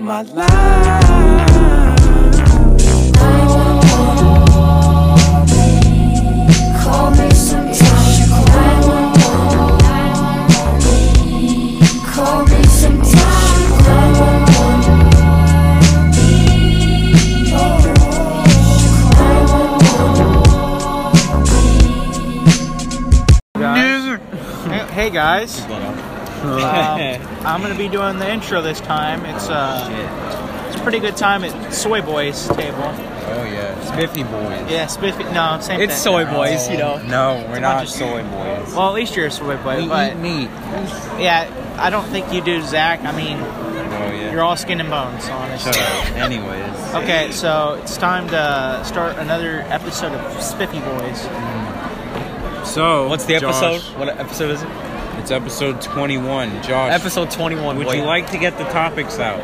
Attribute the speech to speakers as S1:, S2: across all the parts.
S1: my life.
S2: Call me sometime. 911. Call me sometime.
S3: 911. Hey, hey guys, Um,
S4: Uh,
S3: I'm gonna be doing the intro this time. It's uh,
S5: Oh,
S3: it's a pretty good time at Soy Boys table.
S4: oh yeah, Spiffy boys.
S3: Yeah, spiffy. No, same
S5: It's
S3: thing.
S5: soy boys, you know.
S4: No, we're
S3: bunch
S4: not
S3: of-
S4: soy boys.
S3: Well, at least you're a soy boy,
S4: we
S3: but
S4: eat
S5: Mm-hmm.
S4: meat.
S3: yeah, I don't think you do, Zach. I mean,
S4: Oh yeah.
S3: you're all skin and bones, honestly.
S4: Shut up. Anyways.
S3: Okay, so it's time to start another episode of Spiffy Boys.
S4: So
S5: What's the
S4: Josh,
S5: episode? What episode is it?
S4: It's episode 21. Josh.
S5: Episode 21.
S4: Would
S5: wait.
S4: you like to get the topics out?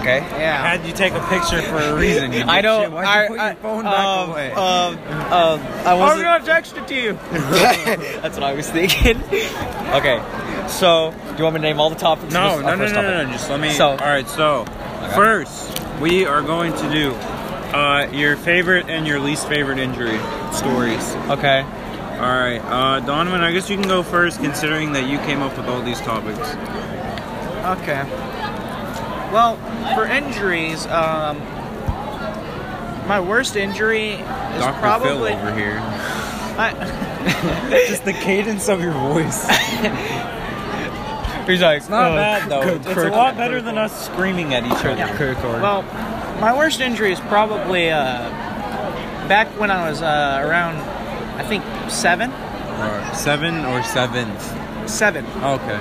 S5: Okay.
S3: Yeah.
S4: I had you take a picture for a reason. You
S5: I
S4: dipshit.
S5: know.
S4: Why'd
S5: I,
S4: you put
S5: I,
S4: your phone
S5: um,
S4: back away? Oh,
S5: Um, um, I was.
S3: I'm gonna text it to you.
S5: That's what I was thinking. okay. So, do you want me to name all the topics?
S4: no,
S5: This is
S4: no,
S5: our
S4: no,
S5: first
S4: no,
S5: topic.
S4: no, no. Just let me.
S5: So-
S4: all right. So first, we are going to do uh, your favorite and your least favorite injury stories.
S5: Okay.
S4: All right, uh, Donovan. I guess you can go first, considering that you came up with all these topics.
S3: Okay. Well, for injuries, um, my worst injury is
S4: Dr. Phil
S3: probably
S4: over here.
S3: my,
S4: Just the cadence of your voice.
S5: He's like, "Oh, it's
S3: Oh,
S4: Not bad though. It's a lot better than us screaming at each other.
S3: Yeah. well, my worst injury is probably uh, back when I was uh, around, I think seven,
S4: Or seven or seventh.
S3: seven.
S4: Okay.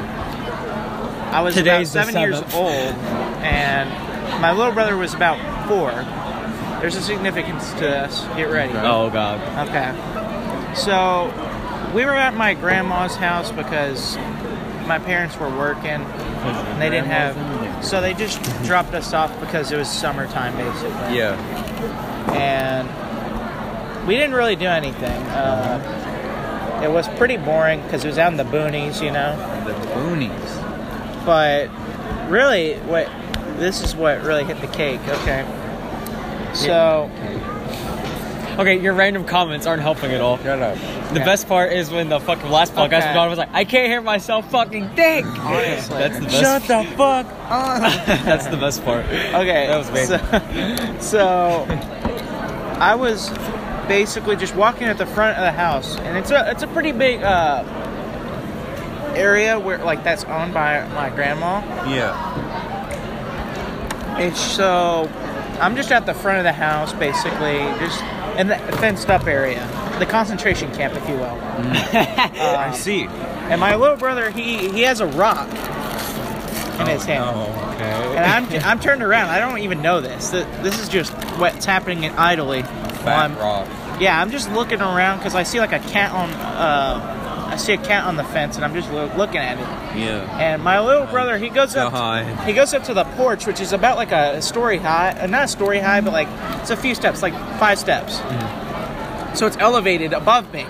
S3: I was
S5: Today's the
S3: about seven years
S5: seventh.
S3: old, and my little brother was about four. There's a significance to this. Get ready.
S5: Oh god.
S3: Okay. So we were at my grandma's house because my parents were working and they didn't have so they just dropped us off because it was summertime basically.
S4: Yeah.
S3: And we didn't really do anything. Uh, it was pretty boring because it was out in the boonies, you know.
S4: The boonies.
S3: But really what this is what really hit the cake, okay. So
S5: Okay, your random comments aren't helping at all.
S4: Shut up.
S5: The
S3: Yeah.
S5: best part is when the fucking last
S3: Okay.
S5: podcast was on, I was like, I can't hear myself fucking think.
S3: Honestly.
S5: That's the best.
S4: the fuck up.
S5: That's the best part.
S3: Okay.
S5: That was
S3: So,
S5: amazing.
S3: so I was basically just walking at the front of the house, and it's a it's a pretty big uh, area where like that's owned by my grandma.
S4: yeah.
S3: And so I'm just at the front of the house, basically, just in the fenced up area, the concentration camp, if you will. Uh,
S4: I see.
S3: And my little brother, he he has a rock in his hand.
S4: Oh,
S3: And
S4: okay.
S3: I'm, I'm turned around. I don't even know this. Th- This is just what's happening idly. while
S4: Fat
S3: I'm-
S4: rock.
S3: yeah, I'm just looking around because I see like a cat on. Uh, I see a cat on the fence, and I'm just loo- looking at it.
S4: Yeah.
S3: And my little brother, he goes up.
S4: God.
S3: he goes up to the porch, which is about like a story high, uh, not a story high, but like it's a few steps, like five steps. So it's elevated above me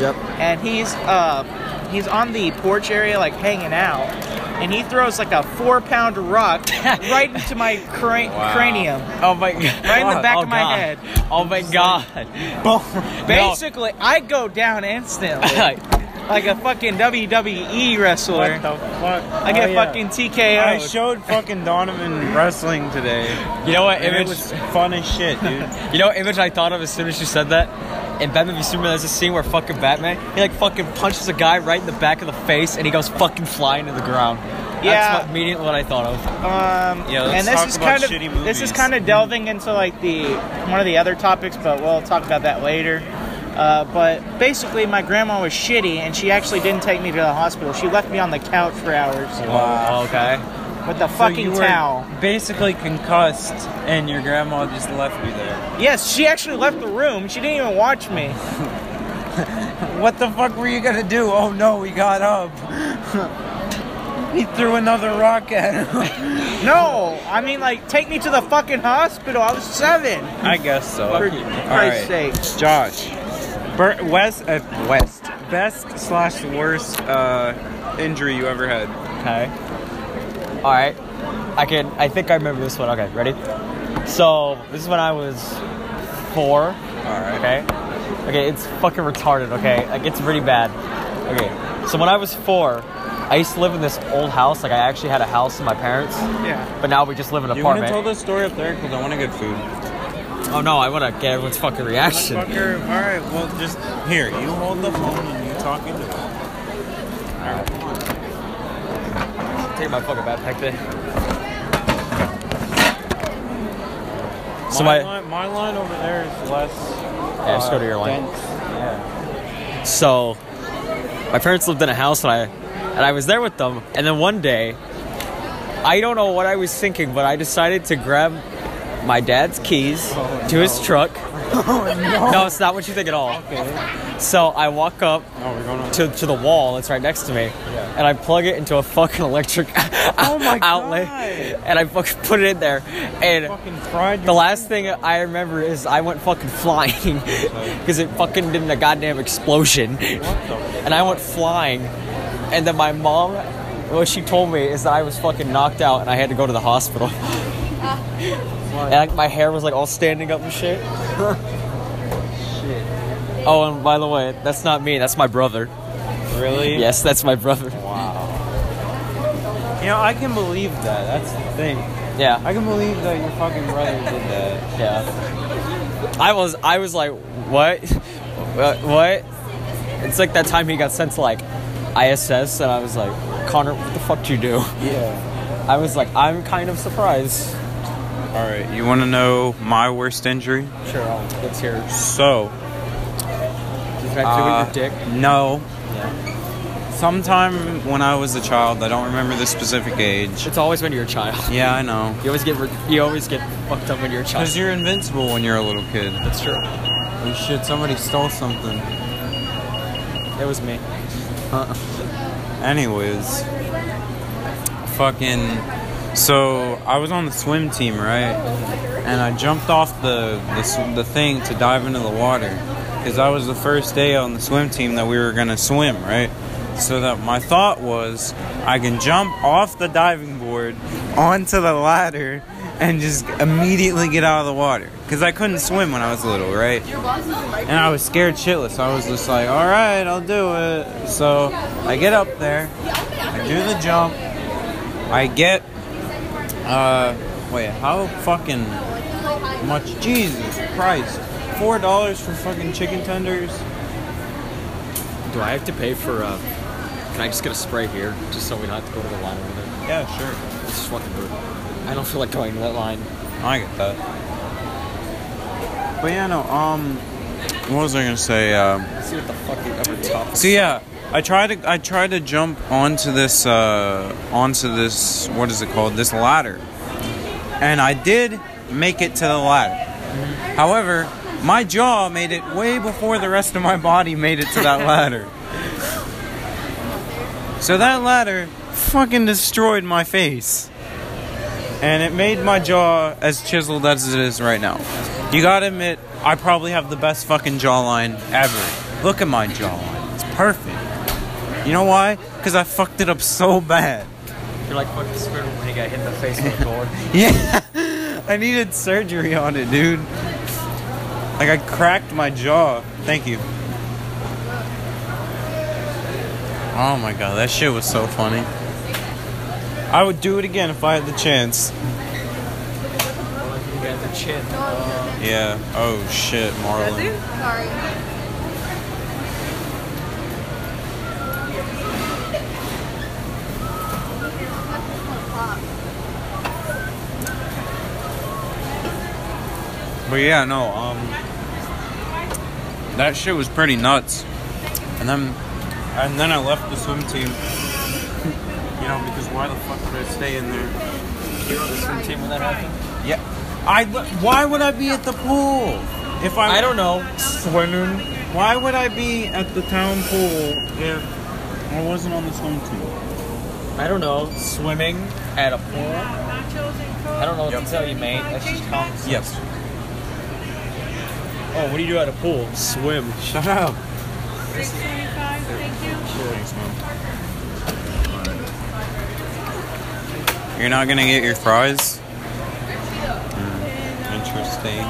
S4: Yep.
S3: and he's uh, he's on the porch area like hanging out and he throws like a four pound rock right into my cra-
S4: Wow.
S3: cranium
S5: Oh my god.
S3: Right in the back
S5: oh,
S3: of my
S5: God.
S3: head.
S5: Oh my god.
S3: basically i go down instantly like a fucking wwe wrestler
S4: the fuck? Oh,
S3: i get fucking tko
S4: I showed fucking Donovan wrestling today.
S5: You know what
S4: And it
S5: image?
S4: was fun as shit, dude.
S5: You know what image I thought of as soon as you said that? In Batman v Superman, there's a scene where fucking Batman, he like fucking punches a guy right in the back of the face, and he goes fucking flying to the ground.
S3: Yeah.
S5: That's what, immediately what I thought of.
S3: um,
S4: Yeah,
S3: and
S4: let's
S3: this
S4: talk
S3: is
S4: about
S3: kind of
S4: shitty
S3: this is
S4: movies.
S3: kind of delving into like the one of the other topics but we'll talk about that later uh, but basically my grandma was shitty and she actually didn't take me to the hospital she left me on the couch for hours
S4: Wow.
S5: Oh, okay.
S3: with the
S4: So
S3: fucking
S4: you were
S3: towel.
S4: Basically concussed, and your grandma just left you there.
S3: Yes, she actually left the room. She didn't even watch me.
S4: What the fuck were you gonna do? Oh no, he got up. he threw another rock at him.
S3: No, I mean like take me to the fucking hospital. I was seven.
S4: I guess so.
S3: For Christ's sake.
S4: Josh. Bert West, uh, West. Best slash worst uh, injury you ever had.
S5: Okay. All right. I can. I think I remember this one. Okay, ready? So this is when I was four.
S4: Alright.
S5: Okay. Okay, it's fucking retarded. Okay, like it's really bad. Okay. So when I was four, I used to live in this old house. Like I actually had a house in my parents,
S3: Yeah.
S5: but now we just live in an
S4: You want to
S5: apartment.
S4: tell this story up there? Because I want to get food.
S5: oh no, I want to get everyone's fucking reaction.
S4: Fucker. All right. Well, just here. You hold the phone and you talk into it. All right.
S5: Take my fucking backpack there. So my,
S4: line, my line over there is less. uh,
S5: Yeah, just go to your line. So my parents lived in a house and I and I was there with them and then one day I don't know what I was thinking, but I decided to grab my dad's keys to
S4: Oh,
S5: his truck. no. it's not what you think at all. So I walk up
S4: Oh, we're going on.
S5: to, to the wall that's right next to me, and I plug it into a fucking electric
S4: Oh, my
S5: outlet,
S4: God.
S5: and I fucking put it in there. And
S4: fucking fried.
S5: the last thing I remember is I went fucking flying because it fucking did a goddamn explosion. And I went flying. And then my mom, what she told me is that I was fucking knocked out and I had to go to the hospital. and like, my hair was like all standing up and shit. Oh, and by the way, that's not me, that's my brother.
S4: really?
S5: Yes, that's my brother.
S4: You know, I can believe that. That's the thing.
S5: Yeah,
S4: I can believe that your fucking brother did that.
S5: yeah. I was, I was like, what? What? what? It's like that time he got sent to like ISS, and I was like, Connor, what the fuck do you do?
S4: Yeah.
S5: I was like, I'm kind of surprised.
S4: All right. You want to know my worst injury?
S5: Sure, I'll, let's hear. it.
S4: So.
S5: Does it
S4: Uh,
S5: have to do with your dick?
S4: No.
S5: Yeah.
S4: Sometime when I was a child, I don't remember the specific age.
S5: It's always when you're a child.
S4: Yeah, I know.
S5: You always get re- you always get fucked up when you're a child.
S4: Because you're invincible when you're a little kid.
S5: That's true.
S4: Oh shit, somebody stole something.
S5: It was me.
S4: Anyways, fucking. So I was on the swim team, right? And I jumped off the the, s- the thing to dive into the water because I was the first day on the swim team that we were gonna swim, right? So that my thought was, I can jump off the diving board onto the ladder and just immediately get out of the water because I couldn't swim when I was little, right? And I was scared shitless. I was just like, all right, I'll do it. So I get up there, I do the jump, I get. Uh, wait, how fucking much? Jesus Christ. Four dollars for fucking chicken tenders?
S5: Do I have to pay for? Uh, can I just get a spray here, just so we don't have to go to the line over there?
S4: Yeah, sure.
S5: It's just fucking rude. I don't feel like going to that line.
S4: I get that. But yeah, no, um. What was I gonna say? Um.
S5: Let's see what the fuck the upper top.
S4: So yeah, I tried to I tried to jump onto this uh, onto this what is it called this ladder, and I did make it to the ladder. However, my jaw made it way before the rest of my body made it to that ladder. So that ladder fucking destroyed my face. And it made my jaw as chiseled as it is right now. You gotta admit, I probably have the best fucking jawline ever. Look at my jawline. It's perfect. You know why? Because I fucked it up so bad.
S5: You're like fucking Squidward when he got hit in the face with a door.
S4: Yeah. I needed surgery on it, dude. Like I cracked my jaw. Thank you. Oh my god, that shit was so funny. I would do it again if I had the chance.
S5: You got the chin.
S4: Yeah. Oh shit, Marlon.
S2: Sorry.
S4: But yeah, no, um that shit was pretty nuts. And then and then I left the swim team. You know, because why the fuck would I stay in there?
S5: You were on the swim team when that happened.
S4: Yeah. I. Why would I be at the pool? If I.
S5: I don't know.
S4: Swimming. Why would I be at the town pool if I wasn't on the swim team?
S5: I don't know. Swimming at a pool. I don't know what to tell you, mate. That's just common sense.
S4: Yes.
S5: Oh, what do you do at a pool? Swim.
S4: Shut up. You're not gonna get your fries? Hmm, Interesting.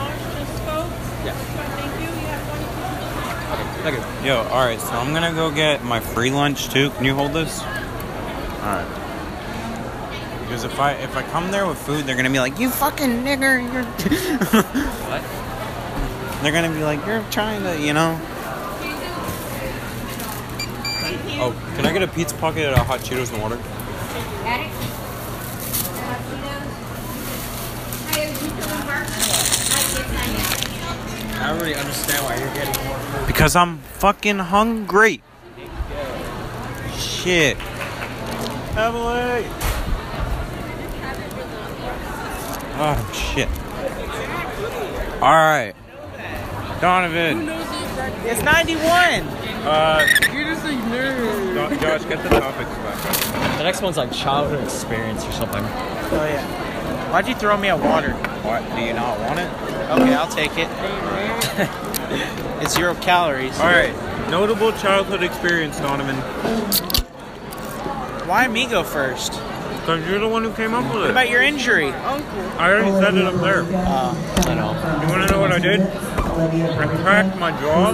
S5: Okay.
S4: Yo, alright, so I'm gonna go get my free lunch too. Can you hold this? Alright. Because if I if I come there with food, they're gonna be like, you fucking nigger, you're What? They're gonna be like, you're trying to you know. Oh, can I get a pizza pocket and a hot Cheetos and water?
S5: I don't really understand why you're getting more food.
S4: Because I'm fucking hungry. Shit. Emily! Oh, shit. Alright. Donovan.
S3: It's 91.
S4: Uh, You're just a nerd. Josh, get the topics back up.
S5: The next one's like childhood experience or something.
S3: Oh yeah. Why'd you throw me a water?
S4: What? Do you not want it?
S3: Okay, I'll take it. it's zero calories.
S4: Alright. Notable childhood experience, Donovan.
S3: Why me go first?
S4: Because you're the one who came up
S3: What
S4: with
S3: about your injury?
S4: I already said it up there.
S5: I know.
S4: You want to know what I did? I cracked my jaw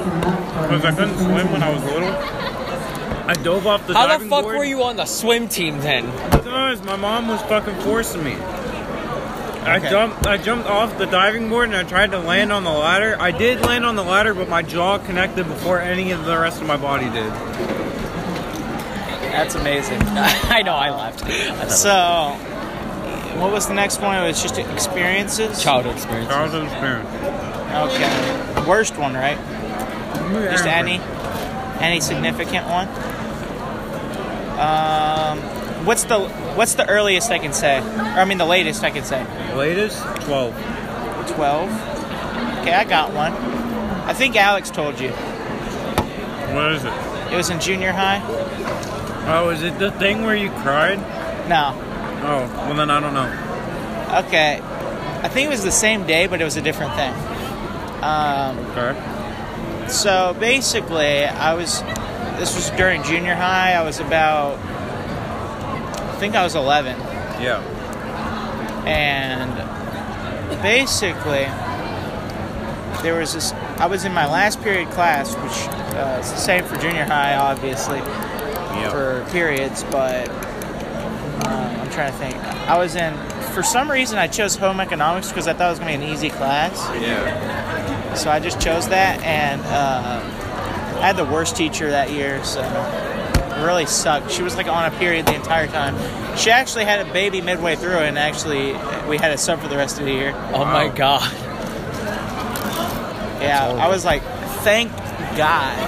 S4: because I couldn't swim when I was little. I dove off the
S5: How the
S4: diving
S5: fuck
S4: board
S5: were you on the swim team then?
S4: because my mom was fucking forcing me. I
S3: Okay.
S4: jumped. I jumped off the diving board and I tried to land on the ladder. I did land on the ladder, but my jaw connected before any of the rest of my body did.
S3: That's amazing.
S5: I know, I laughed.
S3: So, what was the next one? It was just experiences.
S5: Childhood experience.
S4: Childhood experience.
S3: Okay. Worst one, right? Just any, any significant one. Um, what's the what's the earliest I can say? Or I mean, the latest I can say.
S4: Latest twelve.
S3: Twelve. Okay, I got one. I think Alex told you.
S4: What is it?
S3: It was in junior high.
S4: Oh, is it the thing where you cried?
S3: No.
S4: Oh, well then I don't know.
S3: Okay. I think it was the same day, but it was a different thing.
S4: Okay.
S3: So basically, I was. This was during junior high. I was about. I think I was 11.
S4: Yeah.
S3: And basically, there was this. I was in my last period class, which uh, is the same for junior high, obviously,
S4: Yeah.
S3: for periods, but um, I'm trying to think. I was in. For some reason, I chose home economics because I thought it was going to be an easy class.
S4: Yeah.
S3: So I just chose that, and uh, I had the worst teacher that year, so it really sucked. She was like on a period the entire time. She actually had a baby midway through, and actually we had a sub for the rest of the year.
S5: Oh my god.
S3: Yeah, I was like, thank God,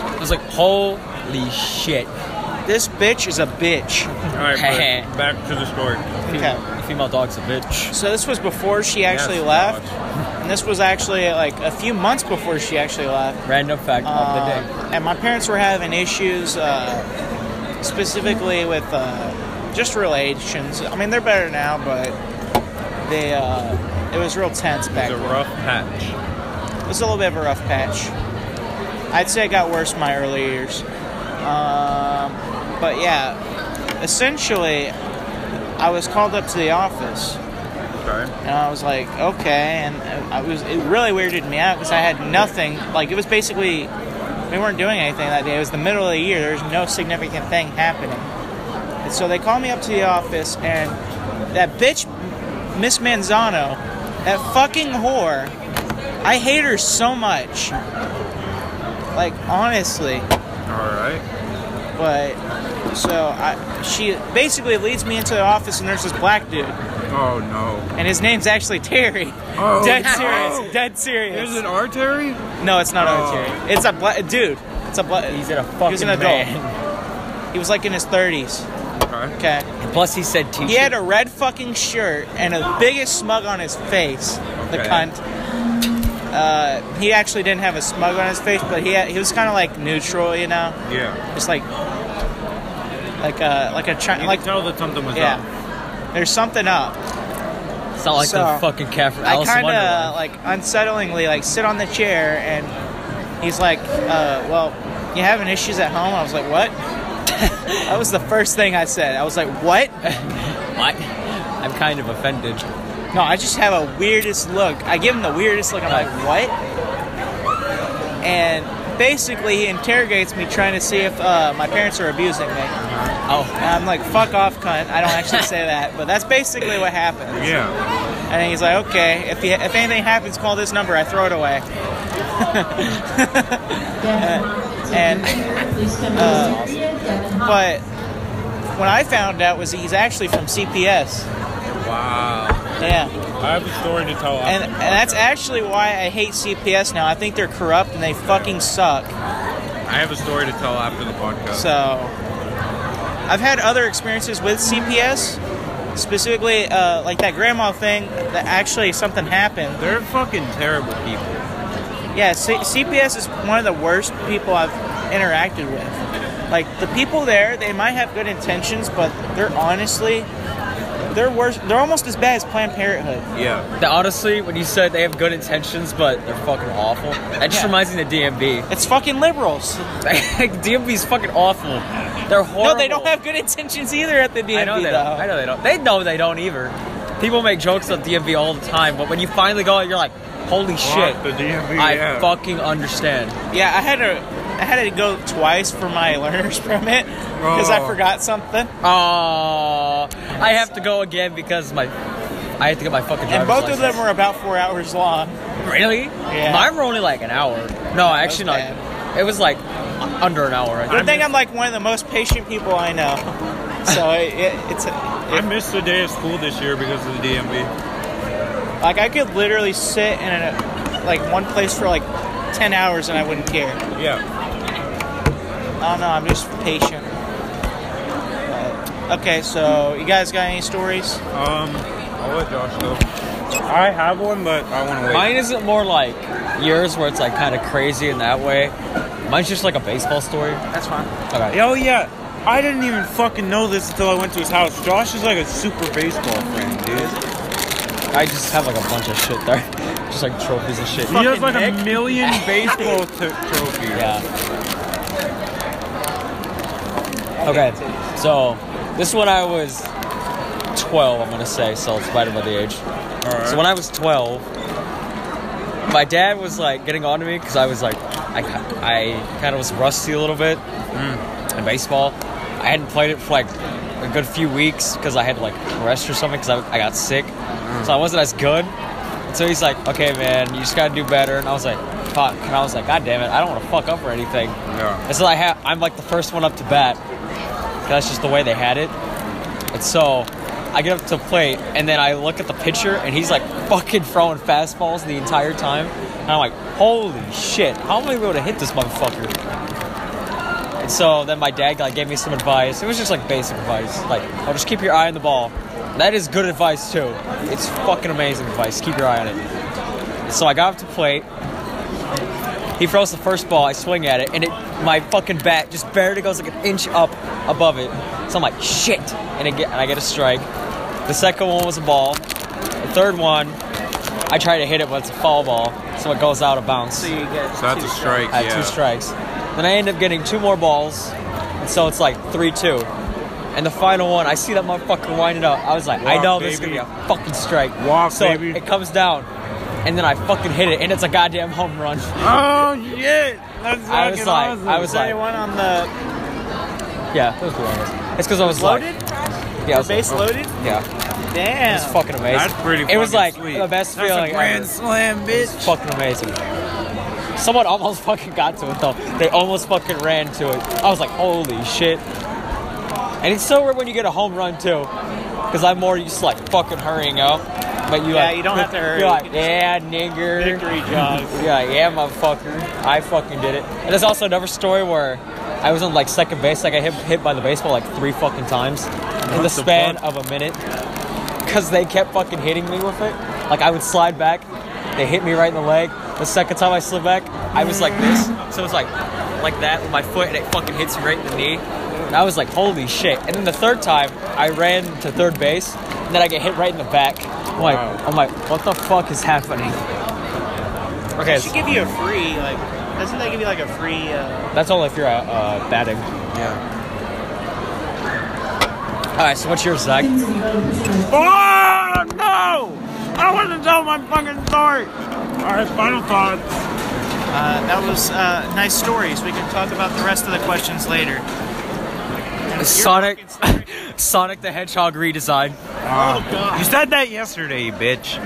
S5: I was like, holy shit.
S3: this bitch is a bitch.
S4: All right, but back to the story.
S3: Okay.
S5: The female dog's a bitch.
S3: So this was before she actually
S4: Yes,
S3: left,
S4: dog.
S3: and this was actually like a few months before she actually left.
S5: Random fact of the day.
S3: Uh, and my parents were having issues, uh, specifically with uh, just relations. I mean, they're better now, but they uh, it was real tense back.
S4: It's a
S3: then.
S4: rough patch.
S3: It was a little bit of a rough patch. I'd say it got worse in my early years. Um, but yeah, essentially, I was called up to the office.
S4: Okay.
S3: And I was like, okay. And I was it really weirded me out because I had nothing. Like it was basically we weren't doing anything that day. It was the middle of the year. There was no significant thing happening. And so they called me up to the office, and that bitch, Miss Manzano, that fucking whore. I hate her so much. Like honestly
S4: All right.
S3: but so I, she basically leads me into the office and there's this black dude
S4: Oh no.
S3: and his name's actually Terry.
S4: Oh,
S3: dead
S4: no.
S3: serious. Dead serious.
S4: Is it artery?
S3: no, it's not
S4: Oh.
S3: Terry. It's a bla- dude. It's a bla-
S5: He's in a
S3: He was
S5: fucking
S3: an adult.
S5: man.
S3: He was like in his 30s.
S4: Okay.
S3: Okay.
S5: Plus he said t-shirt.
S3: He had a red fucking shirt and a biggest smug on his face. The
S4: Okay.
S3: cunt. Uh, he actually didn't have a smug on his face, but he had, he was kind of like neutral, you know,
S4: Yeah.
S3: just like like a like a chi-
S4: You
S3: like
S4: could tell that something was up.
S3: yeah. There's something up.
S5: It's not like
S3: So,
S5: the fucking cat from Alice
S3: I
S5: in
S3: kind of
S5: Wonderland.
S3: like unsettlingly like sit on the chair and he's like, uh, "Well, you having issues at home?" I was like, "What?" that was the first thing I said. I was like, "What?"
S5: What? I'm kind of offended.
S3: No, I just have a weirdest look. I give him the weirdest look. I'm like, what? And basically, he interrogates me, trying to see if uh, my parents are abusing me. And
S5: Oh,
S3: I'm like, fuck off, cunt. I don't actually say that, but that's basically what happens.
S4: Yeah.
S3: And he's like, okay, if you, if anything happens, call this number. I throw it away.
S1: and uh,
S3: But what I found out was he's actually from CPS.
S4: Wow.
S3: Yeah,
S4: I have a story to tell.
S3: and and that's actually why I hate CPS now. I think they're corrupt and they fucking suck.
S4: I have a story to tell after the podcast.
S3: So I've had other experiences with CPS, specifically uh, like that grandma thing. That actually something happened.
S4: They're fucking terrible people.
S3: Yeah, C- CPS is one of the worst people I've interacted with. Like the people there, they might have good intentions, but they're honestly they're worse. They're almost as bad as Planned Parenthood.
S4: Yeah.
S5: the, honestly, when you said they have good intentions, but they're fucking awful, that just
S3: Yeah.
S5: reminds me of DMV.
S3: It's fucking liberals.
S5: DMV's fucking awful. They're horrible.
S3: No, they don't have good intentions either at the DMV
S5: I know they
S3: though.
S5: don't. I know they don't. They know they don't either. People make jokes about DMV all the time, but when you finally go out, you're like, holy shit.
S4: Fuck The DMV.
S5: I
S4: yeah.
S5: fucking understand.
S3: Yeah, I had to I had to go twice for my learner's permit because I
S4: Oh.
S3: forgot something.
S5: Oh, I have to go again because my I have to get my fucking.
S3: And
S5: driver's
S3: both of them
S5: license.
S3: were about four hours long.
S5: really.
S3: Yeah.
S5: Mine were only like an hour. No, actually not. It was like under an hour. I
S3: Good
S5: think.
S3: thing I'm like one of the most patient people I know. So it, it, it's
S4: I
S3: it,
S4: missed a day of school this year because of the DMV.
S3: like I could literally sit in a, like one place for like ten hours and I wouldn't care.
S4: Yeah.
S3: I don't know. I'm just patient. But- Okay, so you guys got any stories?
S4: Um, I'll let Josh go. I have one, but I want to wait.
S5: Mine isn't more like yours, where it's like kind of crazy in that way. Mine's just like a baseball story.
S3: That's fine.
S5: Okay.
S4: Oh yeah, I didn't even fucking know this until I went to his house. Josh is like a super baseball fan, dude.
S5: I just have like a bunch of shit there, just like trophies and shit.
S4: He has like
S3: Nick.
S4: a million baseball t- trophies.
S5: Yeah. Okay, so this one I was 12, I'm gonna say, so it's right about the age.
S4: Alright.
S5: So when I was 12, my dad was like getting on to me because I was like, I, ki- I kind of was rusty a little bit in baseball. I hadn't played it for like a good few weeks because I had to like rest or something because I, I got sick. So I wasn't as good. So he's like, okay, man, you just gotta do better. And I was like, fuck. And I was like, god damn it, I don't wanna fuck up or anything.
S4: Yeah.
S5: And so I have, I'm like the first one up to bat. 'Cause That's just the way they had it. And so I get up to plate, and then I look at the pitcher, and he's like fucking throwing fastballs the entire time. And I'm like, holy shit, how am I able to hit this motherfucker? And so then my dad like gave me some advice. It was just like basic advice, like, oh, just keep your eye on the ball. That is good advice too. It's fucking amazing advice. Keep your eye on it. So I got up to plate. He throws the first ball. I swing at it, and it my fucking bat just barely goes like an inch up above it. So I'm like, shit, and, it get, and I get a strike. The second one was a ball. The third one, I try to hit it, but it's a foul ball, so it goes out of bounds.
S3: So you get.
S4: So that's
S3: two
S4: a
S3: strikes.
S4: strike.
S5: I had
S4: yeah.
S5: two strikes. Then I end up getting two more balls, and so it's like three two. And the final one, I see that motherfucker winding up. I was like, I
S4: Walk,
S5: know this is gonna
S4: baby.
S5: be a fucking strike.
S4: Walk,
S5: so
S4: baby.
S5: it comes down, and then I fucking hit it, and it's a goddamn home run.
S4: Oh shit! That's
S5: I was
S4: fucking
S5: like-
S4: awesome.
S5: I was
S3: Was there
S5: like-
S3: anyone on the
S5: Yeah, that was cool. It's because I was
S3: loaded?
S5: like, yeah, I was
S3: Base
S5: like,
S3: loaded?
S5: yeah,
S3: Damn.
S5: it's fucking amazing.
S4: That's pretty.
S5: It was
S4: fucking
S5: like
S4: sweet.
S5: the best
S4: That's
S5: feeling
S4: A grand
S5: ever.
S4: slam, bitch.
S5: fucking amazing. Someone almost fucking got to it though. They almost fucking ran to it. I was like, holy shit. And it's so weird when you get a home run too. Because I'm more used to like fucking hurrying up. But you
S3: Yeah,
S5: like,
S3: you don't have to hurry.
S5: You're
S3: You
S5: like,
S3: can just-
S5: yeah, nigger.
S3: Victory jog.
S5: Yeah, yeah, motherfucker. I fucking did it. And there's also another story where I was on like second base, like I hit hit by the baseball like three fucking times in
S4: What
S5: the
S4: the
S5: span
S4: fuck?
S5: of a minute because they kept fucking hitting me with it. Like I would slide back, they hit me right in the leg. The second time I slid back, I was like this, so it's like like that with my foot, and it fucking hits me right in the knee. And I was like, holy shit! And then the third time, I ran to third base, and then I get hit right in the back. I'm like,
S4: Wow.
S5: I'm like, what the fuck is happening? Okay,
S3: They should give you a free like. Doesn't that give you like a free? Uh,
S5: That's all if you're uh, uh, batting.
S4: Yeah.
S5: All right, so what's yours, Zach?
S3: Oh no! I want to tell my fucking story. All right, final thoughts. Uh, that was uh, nice stories. We can talk about the rest of the questions later.
S5: Sonic,
S3: fucking story.
S5: Sonic the Hedgehog redesign.
S4: You said that yesterday, you bitch.